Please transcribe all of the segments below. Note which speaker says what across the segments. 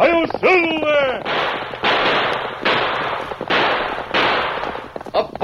Speaker 1: I'll Silver!
Speaker 2: A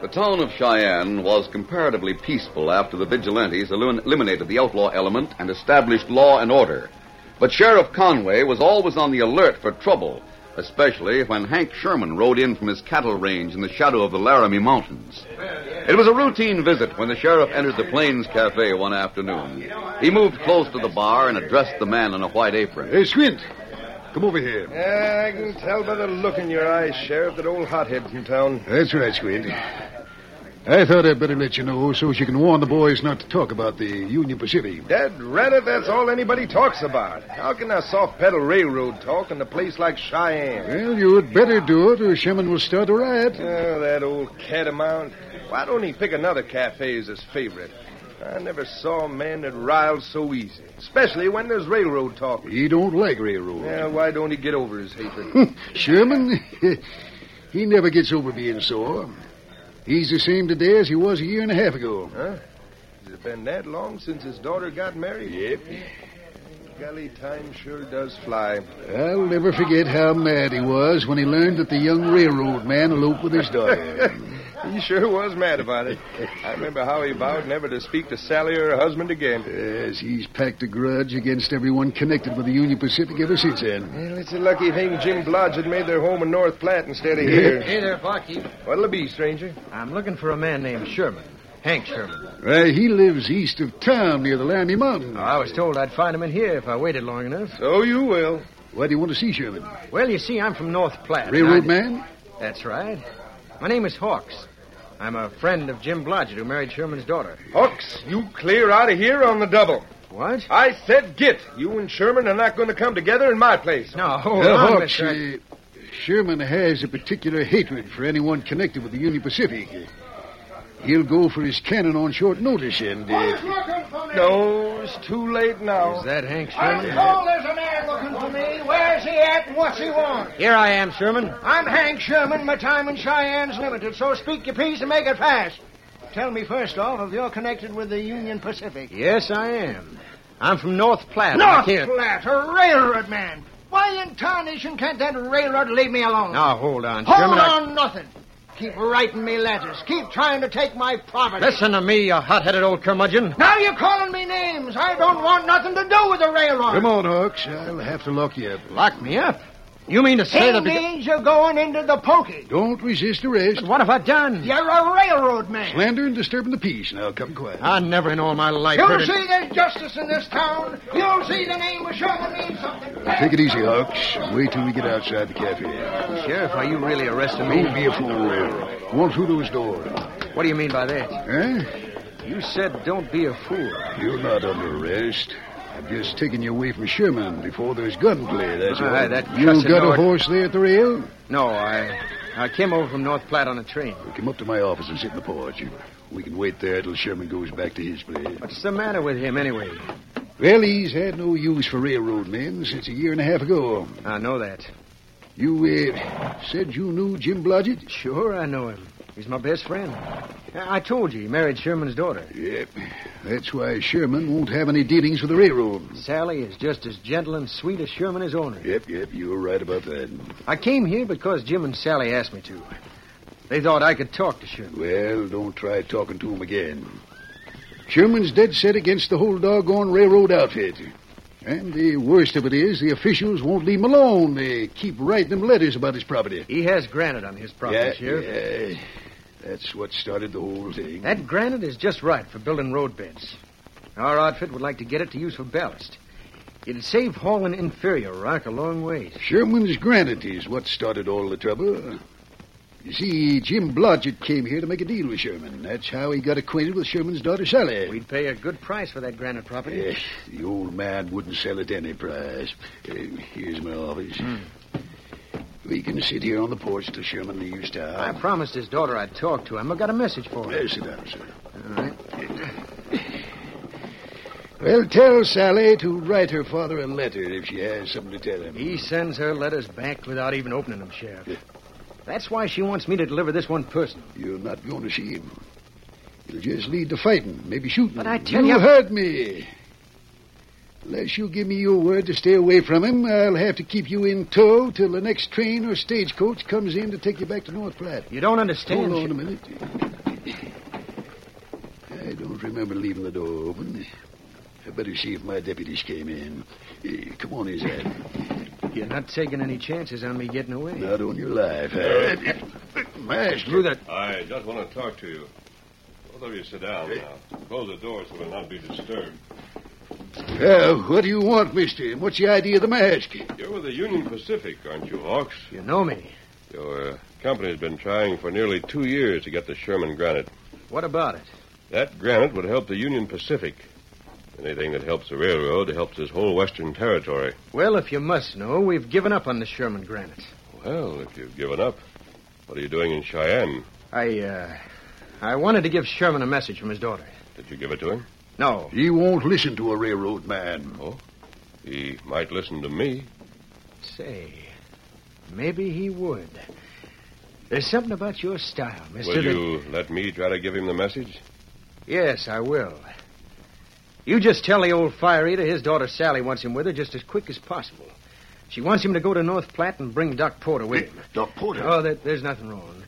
Speaker 2: The town of Cheyenne was comparatively peaceful after the vigilantes elim- eliminated the outlaw element and established law and order. But Sheriff Conway was always on the alert for trouble, especially when Hank Sherman rode in from his cattle range in the shadow of the Laramie Mountains. It was a routine visit when the sheriff entered the Plains Cafe one afternoon. He moved close to the bar and addressed the man in a white apron.
Speaker 3: Hey, Squint, come over here.
Speaker 4: Yeah, I can tell by the look in your eyes, Sheriff, that old hothead's in town.
Speaker 3: That's right, Squint. I thought I'd better let you know so as you can warn the boys not to talk about the Union Pacific.
Speaker 4: Dad rather that's all anybody talks about. How can a soft pedal railroad talk in a place like Cheyenne?
Speaker 3: Well, you had better do it or Sherman will start a riot.
Speaker 4: Oh, that old catamount. Why don't he pick another cafe as his favorite? I never saw a man that riles so easy, especially when there's railroad talk.
Speaker 3: He don't like railroads.
Speaker 4: Yeah, why don't he get over his hatred?
Speaker 3: Sherman, he never gets over being sore. He's the same today as he was a year and a half ago.
Speaker 4: Huh? Has it been that long since his daughter got married? Yep. Golly, time sure does fly.
Speaker 3: I'll never forget how mad he was when he learned that the young railroad man eloped with his daughter.
Speaker 4: He sure was mad about it. I remember how he vowed never to speak to Sally or her husband again.
Speaker 3: yes, he's packed a grudge against everyone connected with the Union Pacific ever since then.
Speaker 4: Well, it's a lucky thing Jim Blodge had made their home in North Platte instead of here.
Speaker 5: Hey there, barkeep.
Speaker 4: What'll it be, stranger?
Speaker 5: I'm looking for a man named Sherman. Hank Sherman.
Speaker 3: Well, he lives east of town near the Laramie Mountains.
Speaker 5: I was told I'd find him in here if I waited long enough.
Speaker 4: So you will.
Speaker 3: Why do you want to see Sherman?
Speaker 5: Well, you see, I'm from North Platte.
Speaker 3: Railroad
Speaker 5: I-
Speaker 3: man?
Speaker 5: That's right. My name is Hawks. I'm a friend of Jim Blodgett, who married Sherman's daughter.
Speaker 4: Hawks, you clear out of here on the double.
Speaker 5: What?
Speaker 4: I said get. You and Sherman are not going to come together in my place.
Speaker 5: No, hold
Speaker 3: Well,
Speaker 5: on,
Speaker 3: Hawks,
Speaker 5: mister. I-
Speaker 3: uh, Sherman has a particular hatred for anyone connected with the Union Pacific. He'll go for his cannon on short notice, and uh,
Speaker 4: No, it's too late now.
Speaker 5: Is that Hank Sherman?
Speaker 6: Cole, there's a man looking for me. Where's he
Speaker 7: at and what's he want?
Speaker 6: Here I am, Sherman.
Speaker 7: I'm Hank Sherman. My time in Cheyenne's limited, so speak your piece and make it fast. Tell me first off if you're connected with the Union Pacific.
Speaker 6: Yes, I am. I'm from North Platte.
Speaker 7: North
Speaker 6: I can't-
Speaker 7: Platte, a railroad man. Why in tarnation can't that railroad leave me alone?
Speaker 6: Now, hold on,
Speaker 7: Hold
Speaker 6: Sherman. I-
Speaker 7: on, nothing. Keep writing me letters. Keep trying to take my property.
Speaker 6: Listen to me, you hot-headed old curmudgeon.
Speaker 7: Now you're calling me names. I don't want nothing to do with the railroad.
Speaker 3: Come on, Hawks. I'll have to lock you up.
Speaker 6: Lock me up. You mean to say
Speaker 7: It
Speaker 6: that... because-
Speaker 7: means you're going into the pokey.
Speaker 3: Don't resist arrest.
Speaker 6: What have I done?
Speaker 7: You're a railroad man.
Speaker 3: Slander and disturbing the peace. Now, come quiet.
Speaker 6: I never in all my life
Speaker 7: You'll
Speaker 6: heard it-
Speaker 7: see there's justice in this town. You'll see the name of Sherman means something.
Speaker 3: Take it easy, Hawks. Wait till we get outside the cafe.
Speaker 6: Sheriff, are you really arresting me?
Speaker 3: Don't be a fool, Will. Walk through those doors.
Speaker 6: What do you mean by that?
Speaker 3: Huh?
Speaker 6: You said don't be a fool.
Speaker 3: Eh? You're not under arrest. I'm just taking you away from Sherman before there's gunplay, that's
Speaker 6: Aye,
Speaker 3: all.
Speaker 6: that
Speaker 3: you
Speaker 6: cussed
Speaker 3: got
Speaker 6: Lord-
Speaker 3: a horse there at the rail?
Speaker 6: No, I I came over from North Platte on a train.
Speaker 3: Well, come up to my office and sit in the porch. You- We can wait there till Sherman goes back to his place.
Speaker 6: What's the matter with him anyway?
Speaker 3: Well, he's had no use for railroad men since a year and a half ago.
Speaker 6: I know that.
Speaker 3: You uh, said you knew Jim Blodgett?
Speaker 6: Sure, I know him. He's my best friend. I I told you he married Sherman's daughter.
Speaker 3: Yep. That's why Sherman won't have any dealings with the railroad.
Speaker 6: Sally is just as gentle and sweet as Sherman is ornery.
Speaker 3: Yep, yep, you were right about that.
Speaker 6: I came here because Jim and Sally asked me to. They thought I could talk to Sherman.
Speaker 3: Well, don't try talking to him again. Sherman's dead set against the whole doggone railroad outfit. And the worst of it is, the officials won't leave him alone. They keep writing them letters about his property.
Speaker 6: He has granite on his property, Sheriff.
Speaker 3: yeah. That's what started the whole thing.
Speaker 6: That granite is just right for building roadbeds. Our outfit would like to get it to use for ballast. It'd save hauling inferior rock a long ways.
Speaker 3: Sherman's granite is what started all the trouble. You see, Jim Blodgett came here to make a deal with Sherman. That's how he got acquainted with Sherman's daughter, Sally.
Speaker 6: We'd pay a good price for that granite property.
Speaker 3: Eh, the old man wouldn't sell at any price. Eh, here's my office. We can sit here on the porch till Sherman leaves
Speaker 6: I
Speaker 3: town.
Speaker 6: promised his daughter I'd talk to him. I got a message for him.
Speaker 3: Eh, sit down, sir. Well, tell Sally to write her father a letter if she has something to tell him.
Speaker 6: He sends her letters back without even opening them, Sheriff. That's why she wants me to deliver this one person.
Speaker 3: You're not going to see him. It'll just lead to fighting, maybe shooting.
Speaker 6: But I tell
Speaker 3: you
Speaker 6: you-
Speaker 3: heard me. Unless you give me your word to stay away from him, I'll have to keep you in tow till the next train or stagecoach comes in to take you back to North Platte.
Speaker 6: You don't understand.
Speaker 3: Hold on
Speaker 6: Sheriff.
Speaker 3: a minute. I don't remember leaving the door open. I better see if my deputies came in. Eh, Come on, Isaac.
Speaker 6: You're not taking any chances on me getting away.
Speaker 3: Not on your life. eh? huh? Master.
Speaker 6: that.
Speaker 1: I just want to talk to you. Both of you sit down now. Close the door so we'll not be disturbed.
Speaker 3: Uh, what do you want, mister? And What's the idea of the mask?
Speaker 1: You're with the Union Pacific, aren't you, Hawks?
Speaker 6: You know me.
Speaker 1: Your uh, company's been trying for nearly two years to get the Sherman granite.
Speaker 6: What about it?
Speaker 1: That granite would help the Union Pacific. Anything that helps the railroad helps this whole western territory.
Speaker 6: Well, if you must know, we've given up on the Sherman granite.
Speaker 1: Well, if you've given up, what are you doing in Cheyenne?
Speaker 6: I, uh, I wanted to give Sherman a message from his daughter.
Speaker 1: Did you give it to him?
Speaker 6: No.
Speaker 3: He won't listen to a railroad man.
Speaker 1: He might listen to me.
Speaker 6: Say, maybe he would. There's something about your style, Mister.
Speaker 1: Will you let me try to give him the message?
Speaker 6: Yes, I will. You just tell the old fire eater his daughter Sally wants him with her just as quick as possible. She wants him to go to North Platte and bring Doc Porter with him.
Speaker 3: Doc Porter.
Speaker 6: Oh, there, there's nothing wrong.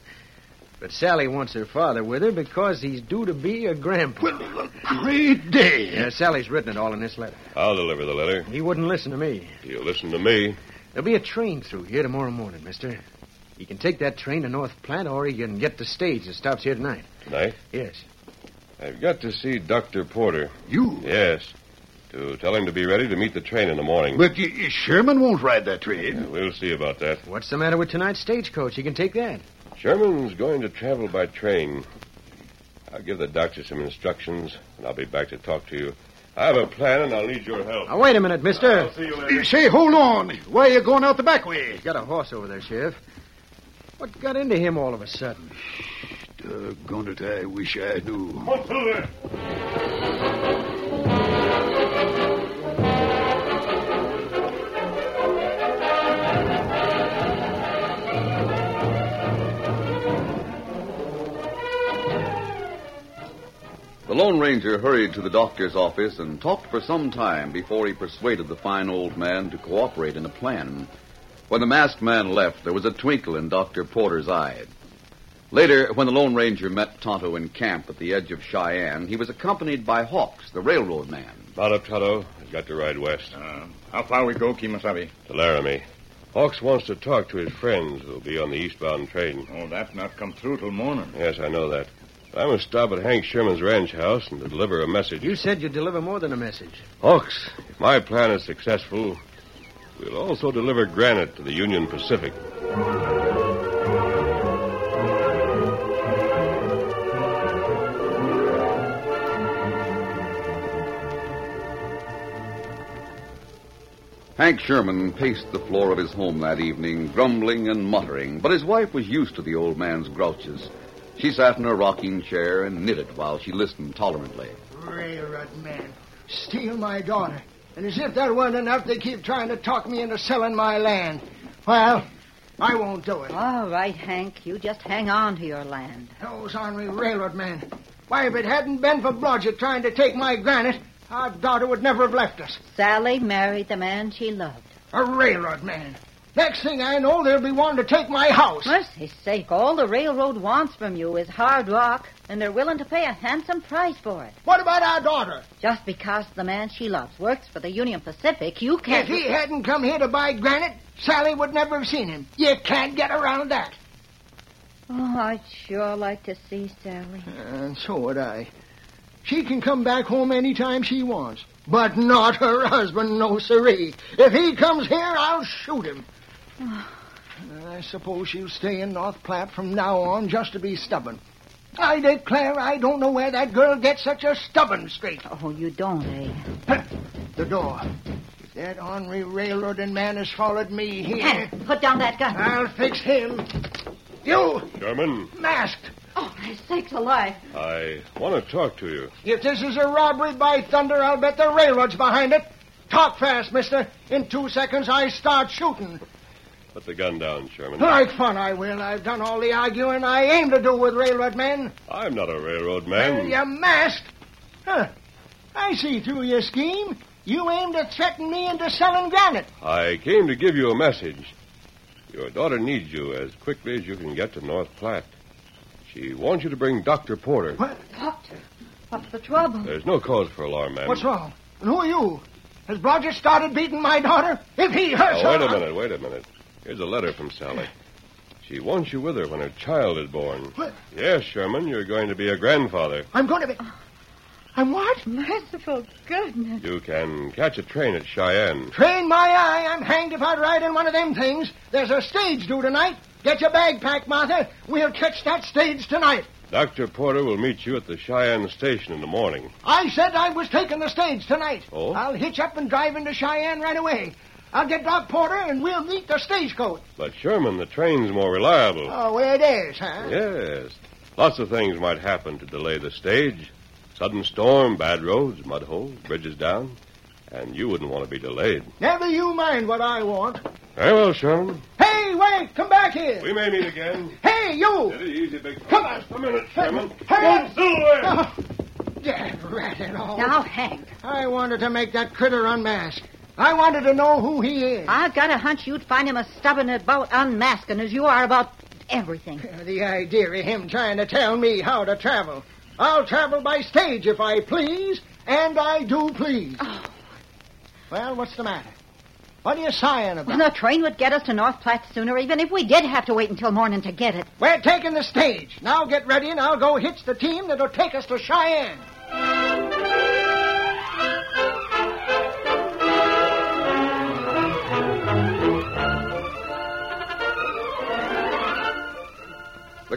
Speaker 6: But Sally wants her father with her because he's due to be a grandpa.
Speaker 3: well, a great day.
Speaker 6: Yeah, Sally's written it all in this letter.
Speaker 1: I'll deliver the letter.
Speaker 6: He wouldn't listen to me.
Speaker 1: You listen to me.
Speaker 6: There'll be a train through here tomorrow morning, mister. He can take that train to North Platte, or he can get the stage that stops here tonight.
Speaker 1: Tonight?
Speaker 6: Yes.
Speaker 1: I've got to see Dr. Porter.
Speaker 3: You?
Speaker 1: Yes. To tell him to be ready to meet the train in the morning.
Speaker 3: But y- y- Sherman won't ride that train.
Speaker 1: We'll see about that.
Speaker 6: What's the matter with tonight's stagecoach? He can take that.
Speaker 1: Sherman's going to travel by train. I'll give the doctor some instructions, and I'll be back to talk to you. I have a plan, and I'll need your help.
Speaker 6: Now, wait a minute, mister.
Speaker 1: I'll see you later.
Speaker 3: Say, hold on. Why are you going out the back way?
Speaker 6: He's got a horse over there, Sheriff. What got into him all of a sudden?
Speaker 3: Doggone it, I wish I knew.
Speaker 2: Lone Ranger hurried to the doctor's office and talked for some time before he persuaded the fine old man to cooperate in a plan. When the masked man left, there was a twinkle in Dr. Porter's eye. Later, when the Lone Ranger met Tonto in camp at the edge of Cheyenne, he was accompanied by Hawks, the railroad man.
Speaker 1: Not up, Tonto. He's got to ride west.
Speaker 4: Uh,
Speaker 8: How far we go, Kimasabi?
Speaker 1: To Laramie. Hawks wants to talk to his friends who'll be on the eastbound train.
Speaker 8: Oh, that not come through till morning.
Speaker 1: Yes, I know that. I must stop at Hank Sherman's ranch house and deliver a message.
Speaker 5: You said you'd deliver more than a message.
Speaker 1: Hawks, if my plan is successful, we'll also deliver granite to the Union Pacific.
Speaker 2: Hank Sherman paced the floor of his home that evening, grumbling and muttering, but his wife was used to the old man's grouches. She sat in her rocking chair and knitted while she listened tolerantly.
Speaker 6: Railroad man. Steal my daughter. And as if that weren't enough, they keep trying to talk me into selling my land. Well, I won't do it.
Speaker 7: All right, Hank. You just hang on to your land.
Speaker 6: Those ornery railroad men. Why, if it hadn't been for Blodgett trying to take my granite, our daughter would never have left us.
Speaker 7: Sally married the man she loved.
Speaker 6: A railroad man. Next thing I know, they'll be wanting to take my house.
Speaker 7: Mercy's sake, all the railroad wants from you is hard rock, and they're willing to pay a handsome price for it.
Speaker 6: What about our daughter?
Speaker 7: Just because the man she loves works for the Union Pacific, you can't.
Speaker 6: If he hadn't come here to buy granite, Sally would never have seen him. You can't get around that.
Speaker 7: Oh, I'd sure like to see Sally.
Speaker 6: And Uh, so would I. She can come back home any time she wants. But not her husband, no siree. If he comes here, I'll shoot him. And I suppose she'll stay in North Platte from now on just to be stubborn. I declare I don't know where that girl gets such a stubborn streak.
Speaker 7: Oh, you don't, eh?
Speaker 6: The door. If that ornery railroading man has followed me here,
Speaker 7: Hank, put down that gun.
Speaker 6: I'll fix him. You,
Speaker 1: Sherman,
Speaker 6: masked.
Speaker 7: Oh, my sakes alive.
Speaker 1: I want to talk to you.
Speaker 6: If this is a robbery by thunder, I'll bet the railroad's behind it. Talk fast, mister. In two seconds, I start shooting.
Speaker 1: Put the gun down, Sherman.
Speaker 6: Like fun, I will. I've done all the arguing I aim to do with railroad men.
Speaker 1: I'm not a railroad
Speaker 6: Well,
Speaker 1: man.
Speaker 6: you masked. Huh. I see through your scheme. You aim to threaten me into selling granite.
Speaker 1: I came to give you a message. Your daughter needs you as quickly as you can get to North Platte. She wants you to bring Dr. Porter.
Speaker 6: What?
Speaker 7: Doctor, what's the trouble?
Speaker 1: There's no cause for alarm, ma'am.
Speaker 6: What's wrong? And who are you? Has Blodgett started beating my daughter? If he hurts
Speaker 1: Now,
Speaker 6: her...
Speaker 1: wait a minute, wait a minute. Here's a letter from Sally. She wants you with her when her child is born.
Speaker 6: What?
Speaker 1: Yes, Sherman, you're going to be a grandfather.
Speaker 6: I'm going to be... I'm what?
Speaker 7: Merciful goodness.
Speaker 1: You can catch a train at Cheyenne.
Speaker 6: Train my eye. I'm hanged if I'd ride in one of them things. There's a stage due tonight. Get your bag packed, Martha. We'll catch that stage tonight.
Speaker 1: Dr. Porter will meet you at the Cheyenne station in the morning.
Speaker 6: I said I was taking the stage tonight.
Speaker 1: Oh?
Speaker 6: I'll hitch up and drive into Cheyenne right away. I'll get Doc Porter and we'll meet the stagecoach.
Speaker 1: But, Sherman, the train's more reliable.
Speaker 6: Oh, where it is, huh?
Speaker 1: Yes. Lots of things might happen to delay the stage. Sudden storm, bad roads, mud holes, bridges down. And you wouldn't want to be delayed.
Speaker 6: Never you mind what I want.
Speaker 1: Very well, Sherman.
Speaker 6: Hey, wait, come back here.
Speaker 1: We may meet again.
Speaker 6: Hey, you.
Speaker 1: easy, big
Speaker 6: Come on.
Speaker 1: A minute, Sherman.
Speaker 6: Sherman. Hey! One
Speaker 1: silver!
Speaker 6: Oh, yeah, rat it all.
Speaker 7: Now, Hank,
Speaker 6: I wanted to make that critter unmask. I wanted to know who he is.
Speaker 7: I've got a hunch you'd find him as stubborn about unmasking as you are about everything.
Speaker 6: The idea of him trying to tell me how to travel. I'll travel by stage if I please, and I do please. Well, what's the matter? What are you sighing about?
Speaker 7: Well, the train would get us to North Platte sooner, even if we did have to wait until morning to get it.
Speaker 6: We're taking the stage. Now get ready, and I'll go hitch the team that'll take us to Cheyenne.
Speaker 2: The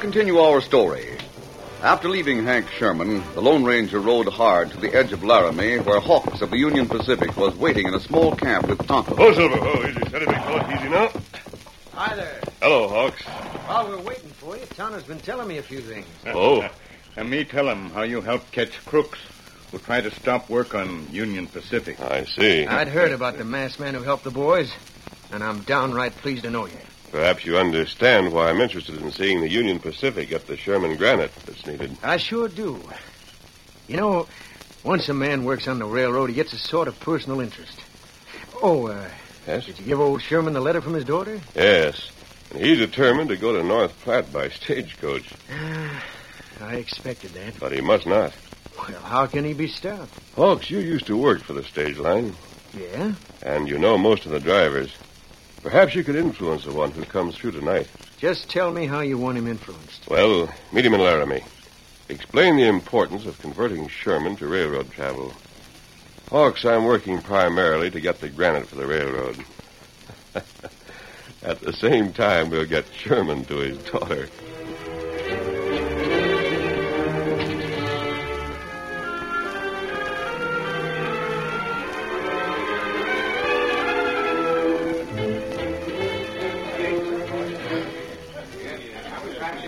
Speaker 2: continue our story. After leaving Hank Sherman, the Lone Ranger rode hard to the edge of Laramie, where Hawks of the Union Pacific was waiting in a small camp with Tonto.
Speaker 1: Oh, Silver. Oh, easy, steady, big fella. Easy now.
Speaker 6: Hi there.
Speaker 1: Hello, Hawks.
Speaker 6: While we're waiting for you, Tonto's been telling me a few things.
Speaker 1: Oh.
Speaker 4: And me tell him how you helped catch crooks who tried to stop work on Union Pacific.
Speaker 1: I see.
Speaker 6: I'd heard about the masked man who helped the boys, and I'm downright pleased to know you.
Speaker 1: Perhaps you understand why I'm interested in seeing the Union Pacific get the Sherman granite that's needed.
Speaker 6: I sure do. You know, once a man works on the railroad, he gets a sort of personal interest. Oh, uh,
Speaker 1: Yes?
Speaker 6: did you give old Sherman the letter from his daughter?
Speaker 1: Yes. And he's determined to go to North Platte by stagecoach,
Speaker 6: I expected that.
Speaker 1: but he must not.
Speaker 6: Well, how can he be stopped?
Speaker 1: Hawks, you used to work for the stage line,
Speaker 6: Yeah?
Speaker 1: and you know most of the drivers. Perhaps you could influence the one who comes through tonight.
Speaker 6: Just tell me how you want him influenced.
Speaker 1: Well, meet him in Laramie. Explain the importance of converting Sherman to railroad travel. Hawks, I'm working primarily to get the granite for the railroad. At the same time, we'll get Sherman to his daughter.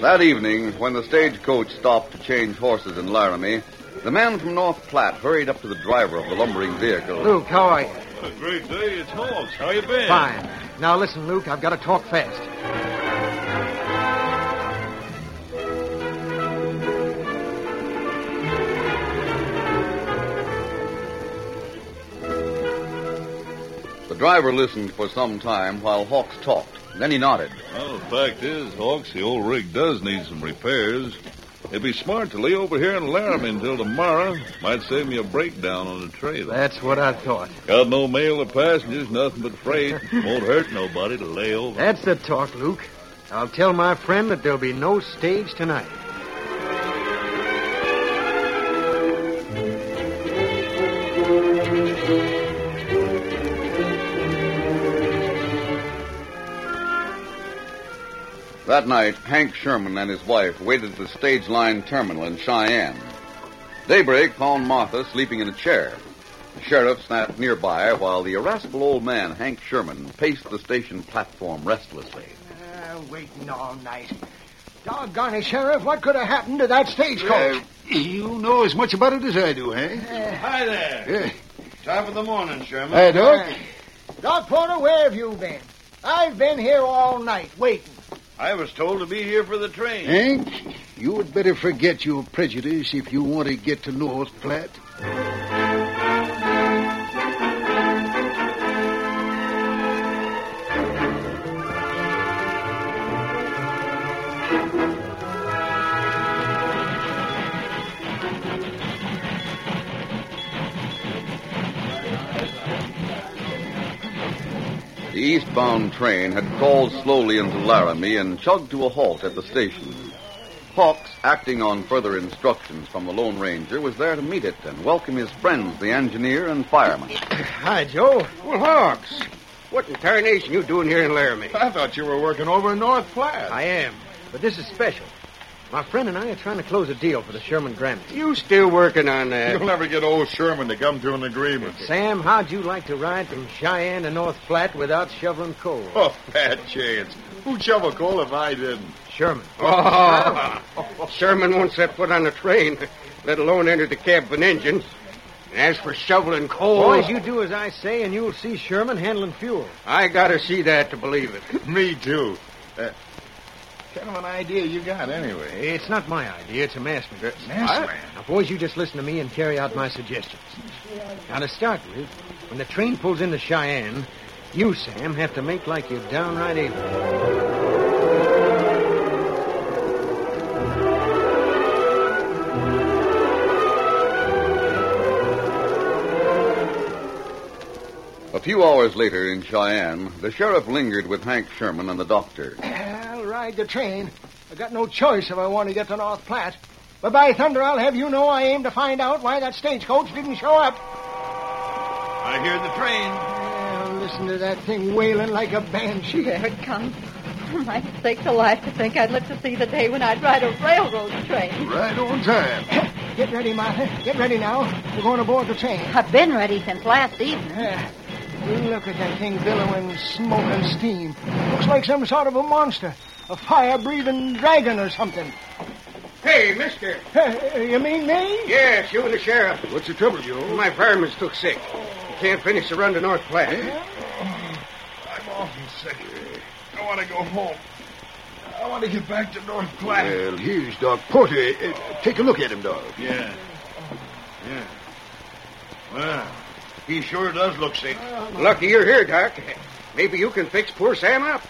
Speaker 2: That evening, when the stagecoach stopped to change horses in Laramie, the man from North Platte hurried up to the driver of the lumbering vehicle.
Speaker 6: Luke, how are you?
Speaker 1: Great day, it's Hawks. How you been?
Speaker 6: Fine. Now listen, Luke, I've got to talk fast.
Speaker 2: The driver listened for some time while Hawks talked. Then he nodded.
Speaker 9: Well, the fact is, Hawks, the old rig does need some repairs. It'd be smart to lay over here in Laramie until tomorrow. Might save me a breakdown on the trailer.
Speaker 6: That's what I thought.
Speaker 9: Got no mail or passengers, nothing but freight. Won't hurt nobody to lay over.
Speaker 6: That's the talk, Luke. I'll tell my friend that there'll be no stage tonight.
Speaker 2: That night, Hank Sherman and his wife waited at the stage line terminal in Cheyenne. Daybreak found Martha sleeping in a chair. The sheriff sat nearby while the irascible old man, Hank Sherman, paced the station platform restlessly.
Speaker 10: Uh, waiting all night. Doggone it, Sheriff. What could have happened to that stagecoach?
Speaker 3: you know as much about it as I do, eh?
Speaker 4: Hi there.
Speaker 3: Yeah.
Speaker 4: Time of the morning, Sherman.
Speaker 3: Hi, Doc.
Speaker 10: Doc Porter, where have you been? I've been here all night waiting.
Speaker 4: I was told to be here for the train.
Speaker 3: Hank, you would eh? better forget your prejudice if you want to get to North Platte.
Speaker 2: The eastbound train had crawled slowly into Laramie and chugged to a halt at the station. Hawks, acting on further instructions from the Lone Ranger, was there to meet it and welcome his friends, the engineer and fireman.
Speaker 6: Hi, Joe.
Speaker 11: Well, Hawks,
Speaker 6: What in tarnation you doing here in Laramie?
Speaker 11: I thought you were working over in North Platte.
Speaker 6: I am, but this is special. My friend and I are trying to close a deal for the Sherman Granite.
Speaker 11: You still working on that?
Speaker 4: You'll never get old Sherman to come to an agreement.
Speaker 6: Sam, how'd you like to ride from Cheyenne to North Platte without shoveling coal?
Speaker 4: Oh, bad chance. Who'd shovel coal if I didn't?
Speaker 6: Sherman.
Speaker 11: Oh, Sherman won't set foot on the train, let alone enter the cab of an engine. As for shoveling coal,
Speaker 6: Boys, you do as I say, and you'll see Sherman handling fuel.
Speaker 11: I gotta see that to believe it.
Speaker 4: Me too. Uh, kind of an idea you got, anyway.
Speaker 6: It's not my idea, it's a master.
Speaker 4: Masked man.
Speaker 6: Now, boys, you just listen to me and carry out my suggestions. Now, to start with, when the train pulls into Cheyenne, you, Sam, have to make like you're downright able.
Speaker 2: A few hours later in Cheyenne, the sheriff lingered with Hank Sherman and the doctor.
Speaker 10: I'll ride the train. I got no choice if I want to get to North Platte. But by thunder, I'll have you know I aim to find out why that stagecoach didn't show up.
Speaker 4: I hear the train.
Speaker 10: Well, listen to that thing wailing like a banshee.
Speaker 7: Here it comes. My sakes alive to think I'd live to see the day when I'd ride a railroad train.
Speaker 3: Right on time.
Speaker 7: Get ready, Martha. Get ready now. We're going aboard the train. I've been ready since last evening.
Speaker 6: Look at that thing billowing smoke and steam. Looks like some sort of a monster. A fire breathing dragon or something.
Speaker 4: Hey, mister.
Speaker 6: you mean me?
Speaker 4: Yes, you and the sheriff.
Speaker 3: What's the trouble, Joe?
Speaker 4: My fireman's took sick. He can't finish the run to North Platte.
Speaker 12: Hmm? I'm awful sick. I want to go home. I want to get back to North Platte.
Speaker 3: Well, here's Doc Porter. Uh, take a look at him, Doc.
Speaker 12: Yeah. Yeah. Well, he sure does look sick.
Speaker 4: Lucky you're here, Doc. Maybe you can fix poor Sam up.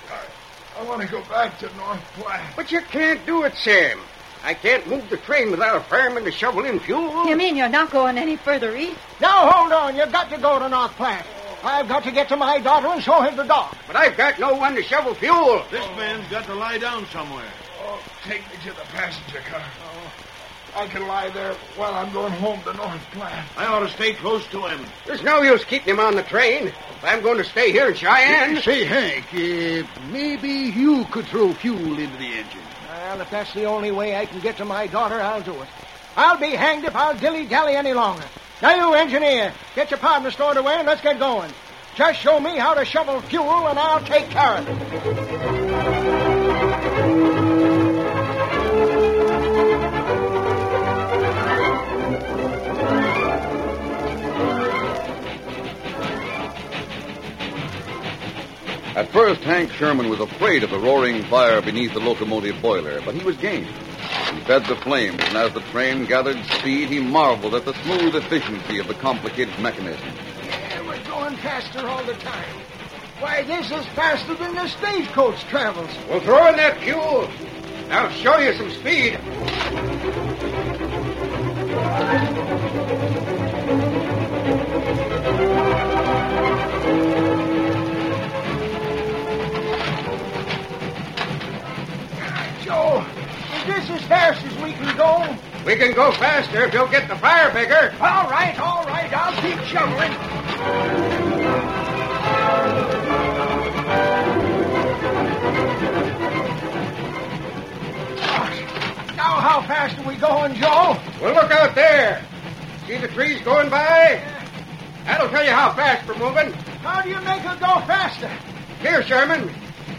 Speaker 12: I want to go back to North Platte.
Speaker 4: But you can't do it, Sam. I can't move the train without a fireman to shovel in fuel.
Speaker 7: You mean you're not going any further east?
Speaker 6: Now, hold on. You've got to go to North Platte. I've got to get to my daughter and show her the dock.
Speaker 4: But I've got no one to shovel fuel.
Speaker 12: This man's got to lie down somewhere. Oh, take me to the passenger car. I can lie there while I'm going home to North Platte. I ought to stay close to him.
Speaker 4: There's no use keeping him on the train. If I'm going to stay here in Cheyenne.
Speaker 3: Say, Hank, uh, maybe you could throw fuel into the engine.
Speaker 6: Well, if that's the only way I can get to my daughter, I'll do it. I'll be hanged if I'll dilly dally any longer. Now, you engineer, get your partner stored away and let's get going. Just show me how to shovel fuel, and I'll take care of it.
Speaker 2: At first, Hank Sherman was afraid of the roaring fire beneath the locomotive boiler, but he was game. He fed the flames, and as the train gathered speed, he marveled at the smooth efficiency of the complicated mechanism.
Speaker 6: Yeah, we're going faster all the time. Why, this is faster than the stagecoach travels.
Speaker 4: Well, throw in that fuel. I'll show you some speed.
Speaker 6: Joe, is this as fast as we can go?
Speaker 4: We can go faster if you'll get the fire bigger.
Speaker 6: All right, all right, I'll keep shoveling. Now, how fast are we going, Joe?
Speaker 4: Well, look out there. See the trees going by? That'll tell you how fast we're moving.
Speaker 6: How do you make her go faster?
Speaker 4: Here, Sherman.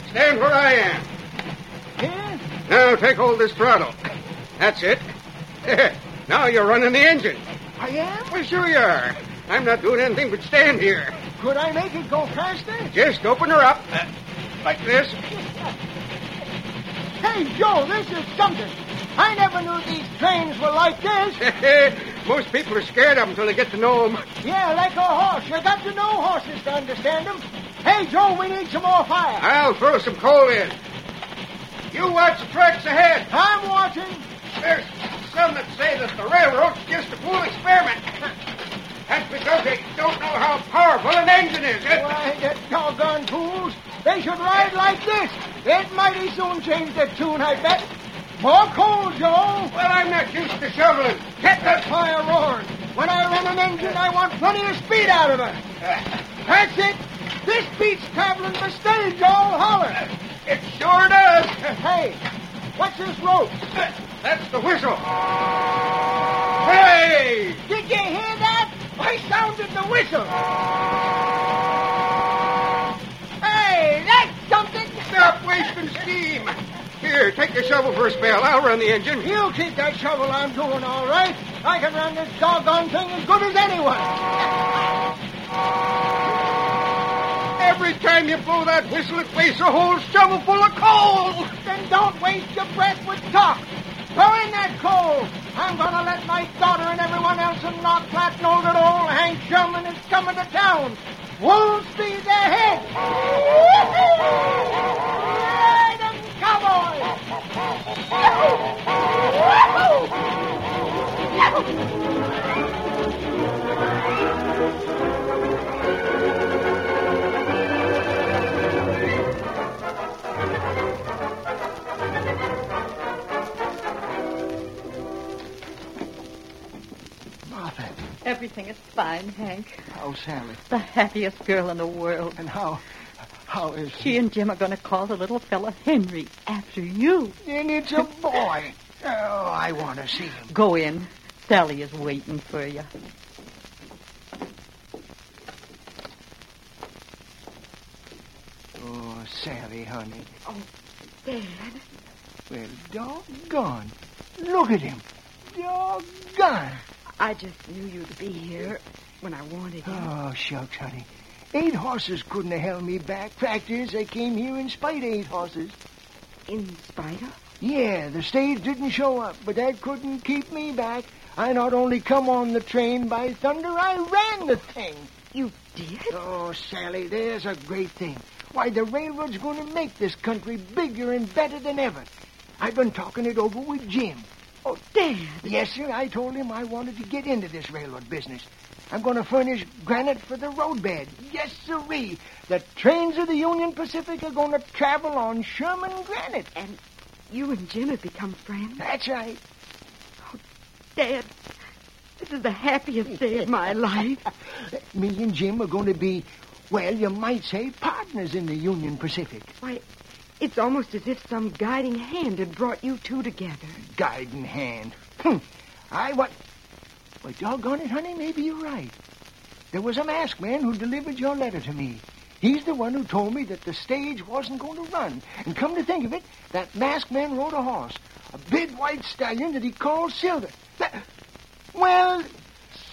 Speaker 4: Stand where I am.
Speaker 6: Here?
Speaker 4: Now take hold this throttle. That's it. now you're running the engine.
Speaker 6: I am?
Speaker 4: Well, sure you are. I'm not doing anything but stand here.
Speaker 6: Could I make it go faster?
Speaker 4: Just open her up. uh, like this.
Speaker 6: Hey, Joe, this is something. I never knew these trains were like this.
Speaker 4: Most people are scared of them until they get to know them.
Speaker 6: Yeah, like a horse. You got to know horses to understand them. Hey, Joe, we need some more fire.
Speaker 4: I'll throw some coal in. You watch the tracks ahead.
Speaker 6: I'm watching.
Speaker 4: There's some that say that the railroad's just a fool experiment. That's because they don't know how powerful an engine is. It-
Speaker 6: Why, the doggone fools. They should ride like this. They'd mighty soon change their tune, I bet. More coal, Joe.
Speaker 4: Well, I'm not used to shoveling.
Speaker 6: Get that fire roaring. When I run an engine, I want plenty of speed out of her. That's it. This beats traveling the stage, Joe. Holler.
Speaker 4: It sure does.
Speaker 6: Hey, what's this rope?
Speaker 4: That's the whistle. Hey!
Speaker 6: Did you hear that? I sounded the whistle. Hey, that's something.
Speaker 4: Stop wasting steam. Here, take the shovel for a spell. I'll run the engine.
Speaker 6: You keep that shovel. I'm doing all right. I can run this doggone thing as good as anyone.
Speaker 4: Every time you blow that whistle, it wastes a whole shovel full of coal.
Speaker 6: Then don't waste your breath with talk. Throw in that coal. I'm going to let my daughter and everyone else in North Platte know that old Hank Sherman is coming to town. Full speed ahead. Ride 'em, cowboys. Yahoo! Yahoo! Yahoo!
Speaker 3: Martha.
Speaker 7: Everything is fine, Hank.
Speaker 6: Oh, Sally.
Speaker 7: The happiest girl in the world.
Speaker 6: And how How is
Speaker 13: She and Jim are going to call the little fella Henry after you.
Speaker 6: And it's a boy. Oh, I want to see him.
Speaker 13: Go in. Sally is waiting for you.
Speaker 6: Oh, Sally, honey.
Speaker 7: Oh, Dad.
Speaker 6: Well, doggone. Look at him. Doggone.
Speaker 7: I just knew you'd be here when I wanted you.
Speaker 6: Oh, shucks, honey. Eight horses couldn't have held me back. Fact is, I came here in spite of eight horses.
Speaker 7: In spite of?
Speaker 6: Yeah, the stage didn't show up, but that couldn't keep me back. I not only come on the train by thunder, I ran the thing.
Speaker 7: You did?
Speaker 6: Oh, Sally, there's a great thing. Why, the railroad's going to make this country bigger and better than ever. I've been talking it over with Jim. Oh, Dad. Yes, sir. I told him I wanted to get into this railroad business. I'm going to furnish granite for the roadbed. Yes, sirree. The trains of the Union Pacific are going to travel on Sherman granite.
Speaker 7: And you and Jim have become friends?
Speaker 6: That's right.
Speaker 7: Dad, this is the happiest day of my life.
Speaker 6: Me and Jim are going to be, well, you might say, partners in the Union Pacific.
Speaker 7: Why, it's almost as if some guiding hand had brought you two together.
Speaker 6: Guiding hand. Hmm. I what? Well, doggone it, honey, maybe you're right. There was a masked man who delivered your letter to me. He's the one who told me that the stage wasn't going to run. And come to think of it, that masked man rode a horse, a big white stallion that he called Silver. That- well,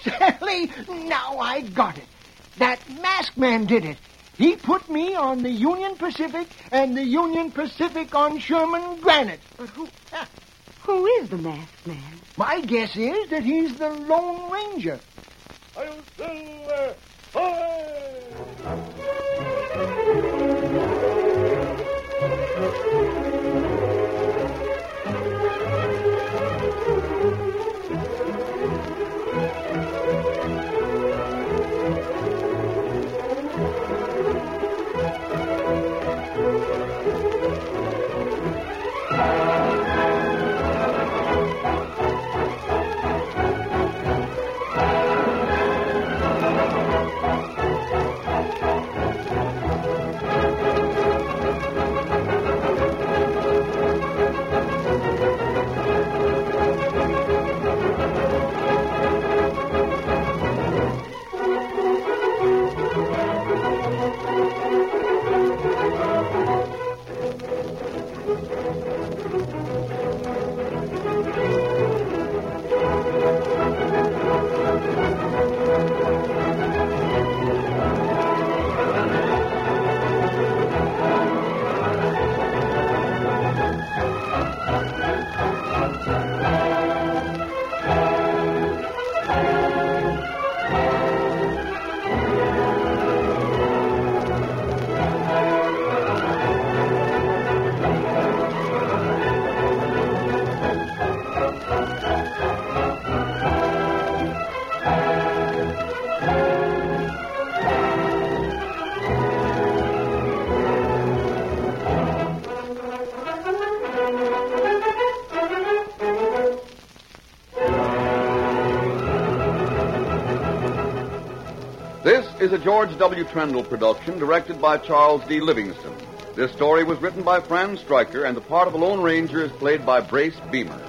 Speaker 6: Sally, now I got it. That masked man did it. He put me on the Union Pacific and the Union Pacific on Sherman Granite.
Speaker 7: But who? Who is the masked man?
Speaker 6: My guess is that he's the Lone Ranger.
Speaker 2: This is a George W. Trendle production directed by Charles D. Livingston. This story was written by Fran Stryker, and the part of the Lone Ranger is played by Brace Beamer.